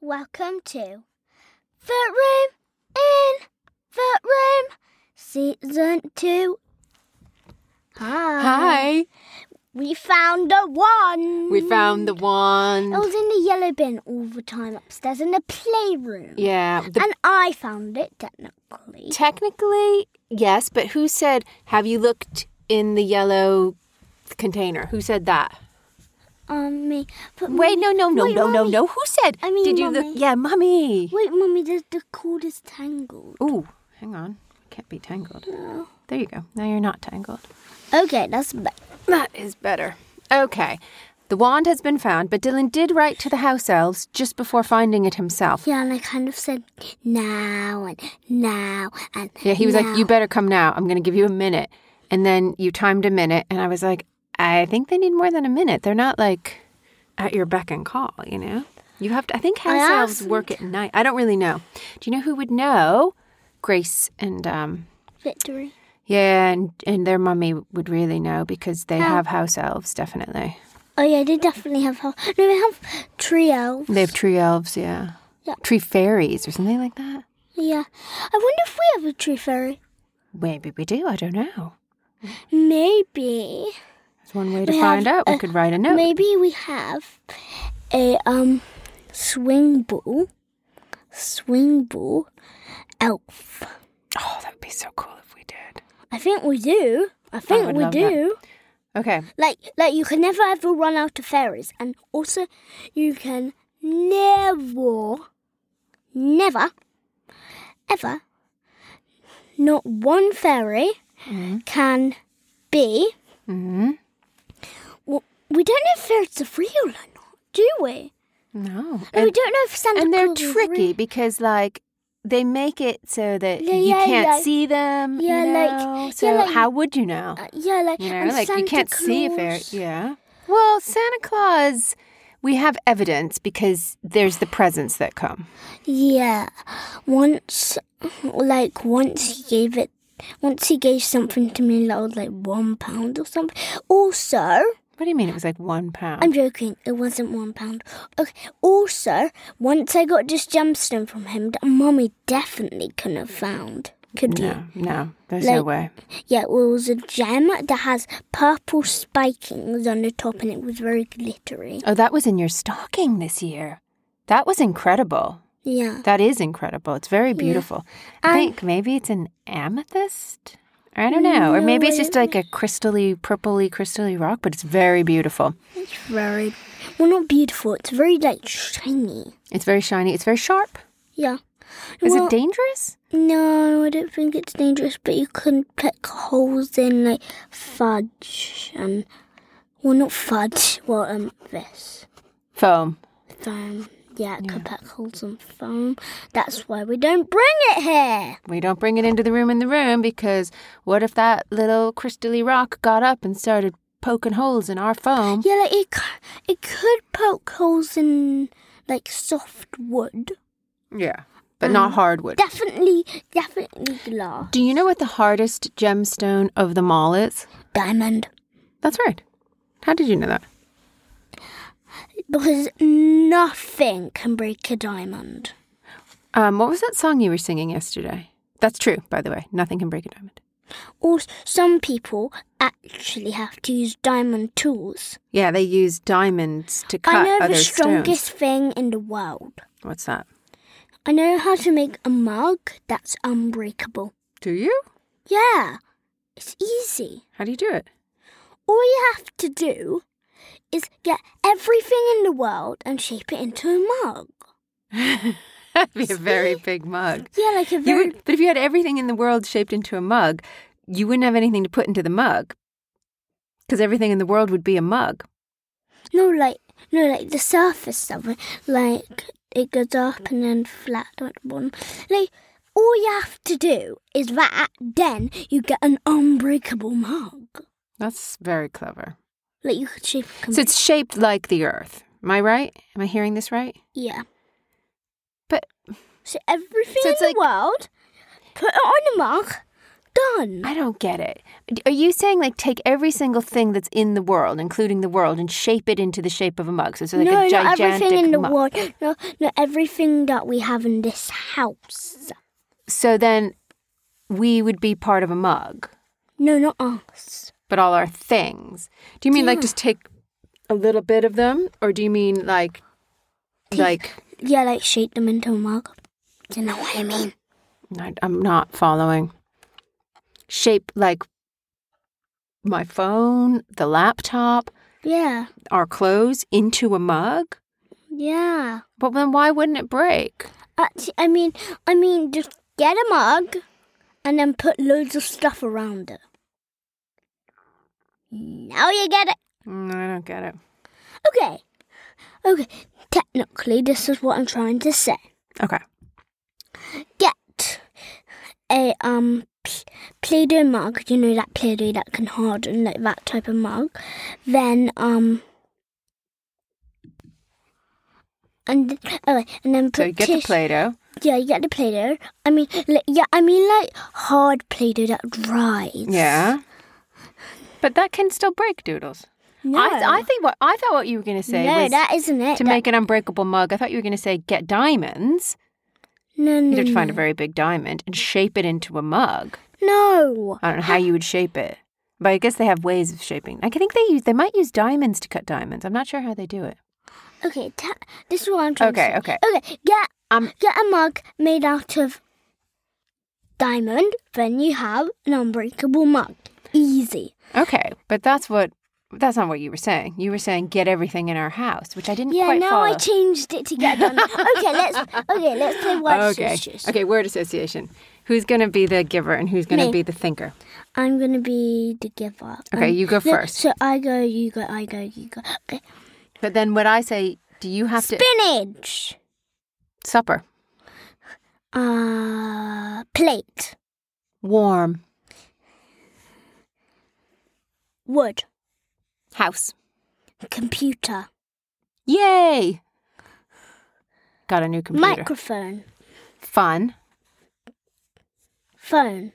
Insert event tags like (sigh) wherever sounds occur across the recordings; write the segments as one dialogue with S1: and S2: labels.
S1: Welcome to Foot Room in Foot Room Season 2. Hi.
S2: Hi.
S1: We found the one.
S2: We found the
S1: It
S2: one.
S1: was in the yellow bin all the time upstairs in the playroom.
S2: Yeah. The,
S1: And I found it technically.
S2: technically, yes, but who said, have you looked in the yellow container? Who said that?
S1: Um, me. But
S2: Wait, no, no, no,
S1: Mm-hmm. Wait,
S2: no, no,
S1: Mummy.
S2: no. Who said?
S1: I mean,
S2: did you
S1: Mummy.
S2: look? Yeah, mummy.
S1: Wait, mummy, the, the cord is tangled.
S2: Ooh, hang on. Can't be tangled. There you go. Now you're not tangled.
S1: Okay, that's better.
S2: That is better. Okay. The wand has been found, but Dylan did write to the house elves just before finding it himself.
S1: Yeah, and I kind of said now and now and
S2: Yeah, he was
S1: now."
S2: like, You better come now. I'm going to give you a minute. And then you timed a minute. And I was like, I think they need more than a minute. They're not like at your beck and call, you know? You have to, I think house elves work at night. I don't really know. Do you know who would know? Grace and, um,
S1: victory.
S2: yeah, and, and their mummy would really know because they have house elves, definitely.
S1: Oh yeah, they definitely have help. No, they have trio.
S2: They have tree elves, yeah.
S1: Yeah.
S2: Tree fairies or something like that.
S1: Yeah, I wonder if we have a tree fairy.
S2: Maybe we do. I don't know.
S1: Maybe,
S2: It's one way to
S1: We have
S2: find out. We could write a note.
S1: maybe we have a um swing ball, swing ball elf.
S2: oh, that would be so cool if we did.
S1: I think we do. I think
S2: would
S1: we
S2: love
S1: do.
S2: Okay.
S1: Like, like you can never ever run out of fairies, and also you can never, never, ever, not one fairy
S2: Mm-hmm.
S1: can be.
S2: hmm
S1: Well, we don't know if fairies are real or not, do we?
S2: No.
S1: And, we don't know if Santa
S2: and they're
S1: Claus is
S2: tricky
S1: real.
S2: because like they make it so that
S1: Yeah,
S2: you
S1: yeah,
S2: can't
S1: like-
S2: see them.
S1: yeah,
S2: you
S1: like-
S2: know?
S1: yeah,
S2: so
S1: like-
S2: how would you know?
S1: Uh, yeah, like
S2: You know,
S1: and
S2: like
S1: Santa
S2: you can't
S1: Claus,
S2: see a fairy. Yeah. Well, Santa Claus, we have evidence because there's the presents that come.
S1: Yeah, once, like once he gave it, once he gave something to me that was like one pound or something. Also,
S2: What do you mean? It was like one pound.
S1: I'm joking. It wasn't one pound. Okay. Also, once I got this gemstone from him that Mummy definitely couldn't have found. Could
S2: no, no, there's no
S1: Like-
S2: way.
S1: you? Yeah, it was a gem that has purple spikings on the top, and it was very glittery.
S2: Oh, that was in your stocking this year. That was incredible.
S1: Yeah.
S2: That is incredible. It's very beautiful. I
S1: Um,
S2: think maybe it's an amethyst. I don't know. Or
S1: No,
S2: maybe it's
S1: I
S2: just
S1: don't
S2: like a crystally, purpley, crystally rock, but it's very beautiful.
S1: It's very well, not beautiful. It's very like shiny.
S2: It's very shiny. It's very sharp.
S1: Yeah.
S2: Is
S1: well,
S2: it dangerous?
S1: No, I don't think it's dangerous, but you can pick holes in like fudge and well, not fudge. Well, um, this
S2: Foam.
S1: foam. Yeah, it could pick holes in foam. That's why we don't bring it here.
S2: We don't bring it into the room in the room because what if that little crystally rock got up and started poking holes in our foam?
S1: Yeah, like it, c- it could poke holes in like soft wood.
S2: Yeah. But not hardwood.
S1: Definitely, definitely glass.
S2: Um, Do you know what the hardest gemstone of them all is?
S1: Diamond.
S2: That's right. How did you know that?
S1: Because nothing can break a diamond.
S2: Um, what was that song you were singing yesterday? That's true, by the way. Nothing can break a diamond.
S1: Or s- some people actually have to use diamond tools.
S2: Yeah, they use diamonds to cut
S1: I know
S2: other
S1: the strongest
S2: stones.
S1: thing in the world.
S2: What's that?
S1: I know how to make a mug that's unbreakable.
S2: Do you?
S1: Yeah, it's easy.
S2: How do you do it? (laughs)
S1: All you have to do is get everything in the world and shape it into a mug.
S2: That'd be a very big mug.
S1: Yeah, like a
S2: You
S1: very
S2: would, but if you had everything in the world shaped into a mug, you wouldn't have anything to put into the mug. Because everything in the world would be a mug.
S1: no, like no, like the surface of it, like it goes up and then flat at the bottom. Like all you have to do is that, then you get an unbreakable mug.
S2: That's very clever.
S1: Like you could shape. it
S2: So it's shaped like the earth. Am I right? Am I hearing this right?
S1: Yeah.
S2: But-
S1: so everything
S2: So
S1: in
S2: it's
S1: the world, put it on a mug, done.
S2: I don't get it. D- Are you saying like take every single thing that's in the world, including the world, and shape it into the shape of a mug? So it's like
S1: no,
S2: a
S1: not
S2: gigantic
S1: everything in the
S2: mug.
S1: world. No, no, everything that we have in this house.
S2: So then we would be part of a mug,
S1: No, not us.
S2: but all our things. Do you mean like just take a little bit of them, or do you mean like like
S1: Yeah, like shape them into a mug. Do you know what I mean?
S2: I, I'm not following. Shape like my phone, the laptop,
S1: Yeah,
S2: our clothes into a mug?
S1: yeah.
S2: But then why wouldn't it break?
S1: Actually, I mean, I mean, just get a mug, and then put loads of stuff around it. Now you get it.
S2: Mm, I don't get it.
S1: Okay, okay. Technically, this is what I'm trying to say.
S2: Okay.
S1: get a um P- Play-Doh mug, you know that Play-Doh that can harden, like that type of mug, then um and oh, and then put
S2: So you get the
S1: tis-
S2: Play Doh.
S1: yeah you get the Play-Doh. I mean li- yeah I mean like hard Play-Doh that dries.
S2: Yeah. But that can still break doodles.
S1: No,
S2: I, I think what I thought what you were going to say
S1: no,
S2: was
S1: that isn't it.
S2: to
S1: That-
S2: make an unbreakable mug. I thought you were going to say get diamonds.
S1: no, no,
S2: You'd have to find a
S1: no.
S2: very big diamond and shape it into a mug.
S1: no.
S2: I don't know how you would shape it, but I guess they have ways of shaping. I think they use they might use diamonds to cut diamonds. I'm not sure how they do it.
S1: Okay, ta- this is what I'm trying
S2: Okay,
S1: to say.
S2: okay.
S1: Okay, get
S2: Um,
S1: get a mug made out of diamond, then you have an unbreakable mug. Easy.
S2: Okay, but that's what that's not what you were saying. You were saying get everything in our house, which I didn't
S1: Yeah,
S2: Mm, quite
S1: now
S2: follow.
S1: I changed it to get done.
S2: (laughs)
S1: okay, let's okay, let's play word
S2: okay.
S1: association.
S2: Okay, word association. Who's going to be the giver and who's going to
S1: Me.
S2: be the thinker?
S1: I'm gonna be the giver.
S2: Okay,
S1: Um,
S2: you go
S1: no,
S2: first.
S1: So I go, you go, I go, you go. Okay.
S2: But then what I say, do you have to
S1: Spinach.
S2: supper,
S1: Uh plate.
S2: warm,
S1: Wood.
S2: house.
S1: Computer.
S2: Yay! Got a new computer.
S1: Microphone.
S2: Fun,
S1: Phone.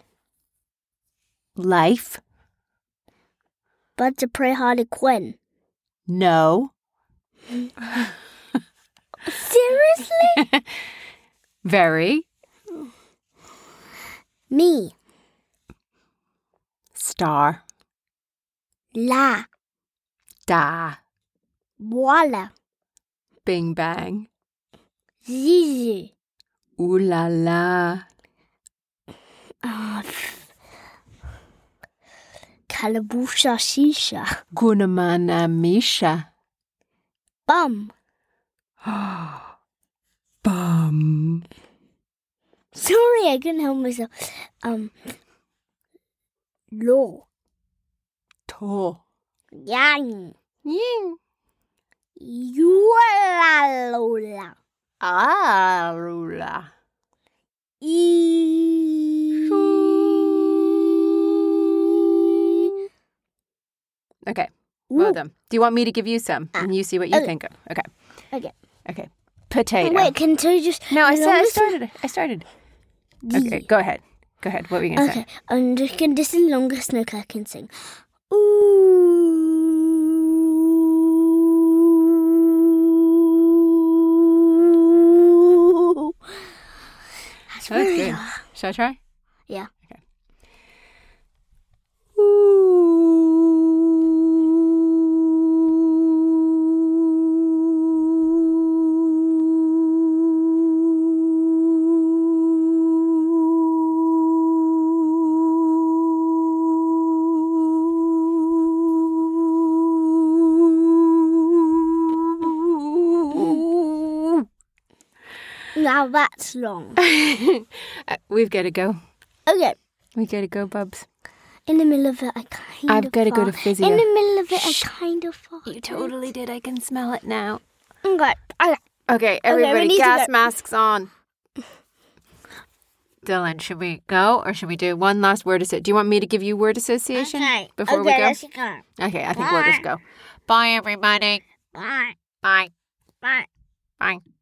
S2: life,
S1: But to pray Harley Quinn.
S2: no,
S1: Seriously?
S2: very,
S1: Me.
S2: star,
S1: La.
S2: da,
S1: Voila.
S2: bing bang,
S1: Zizi.
S2: ooh la la,
S1: Ah, pff. Calabusha shisha.
S2: gunamana misha,
S1: Bum.
S2: (gasps) bum,
S1: Sorry, I couldn't help myself. Um. Law.
S2: to,
S1: Yang.
S2: ying,
S1: Yualalola.
S2: arula.
S1: E.
S2: Okay, well
S1: Ooh.
S2: done. Do you want me to give you some and you see what you
S1: okay.
S2: think of? Okay,
S1: Okay.
S2: okay. Potato.
S1: Wait, can I just.
S2: No, I
S1: as
S2: said
S1: long
S2: I
S1: as-
S2: started. I started. Okay, go ahead. Go ahead. What were you gonna
S1: Okay, I'm just gonna. This is the longest note I can sing. Ooh. That's
S2: say?
S1: really
S2: Oh, good.
S1: hard.
S2: Shall I try?
S1: Yeah. Now that's
S2: (laughs)
S1: long.
S2: Uh, We've got to go.
S1: Okay.
S2: We got to go, Bubs.
S1: In the middle of it, I kind of.
S2: I've gotta go to
S1: fart.
S2: physio.
S1: In the middle of it, I kind of. Fart.
S2: did. I can smell it now.
S1: Okay. okay.
S2: Okay,
S1: we
S2: everybody,
S1: need to
S2: gas
S1: go.
S2: masks on. Dylan, should we go or should we do one last word association? Do you want me to give you word association
S1: Okay.
S2: before
S1: okay,
S2: we go?
S1: Let's go.
S2: Okay, I think we'll just go. Bye, everybody.
S1: Bye.
S2: Bye.
S1: Bye.
S2: Bye.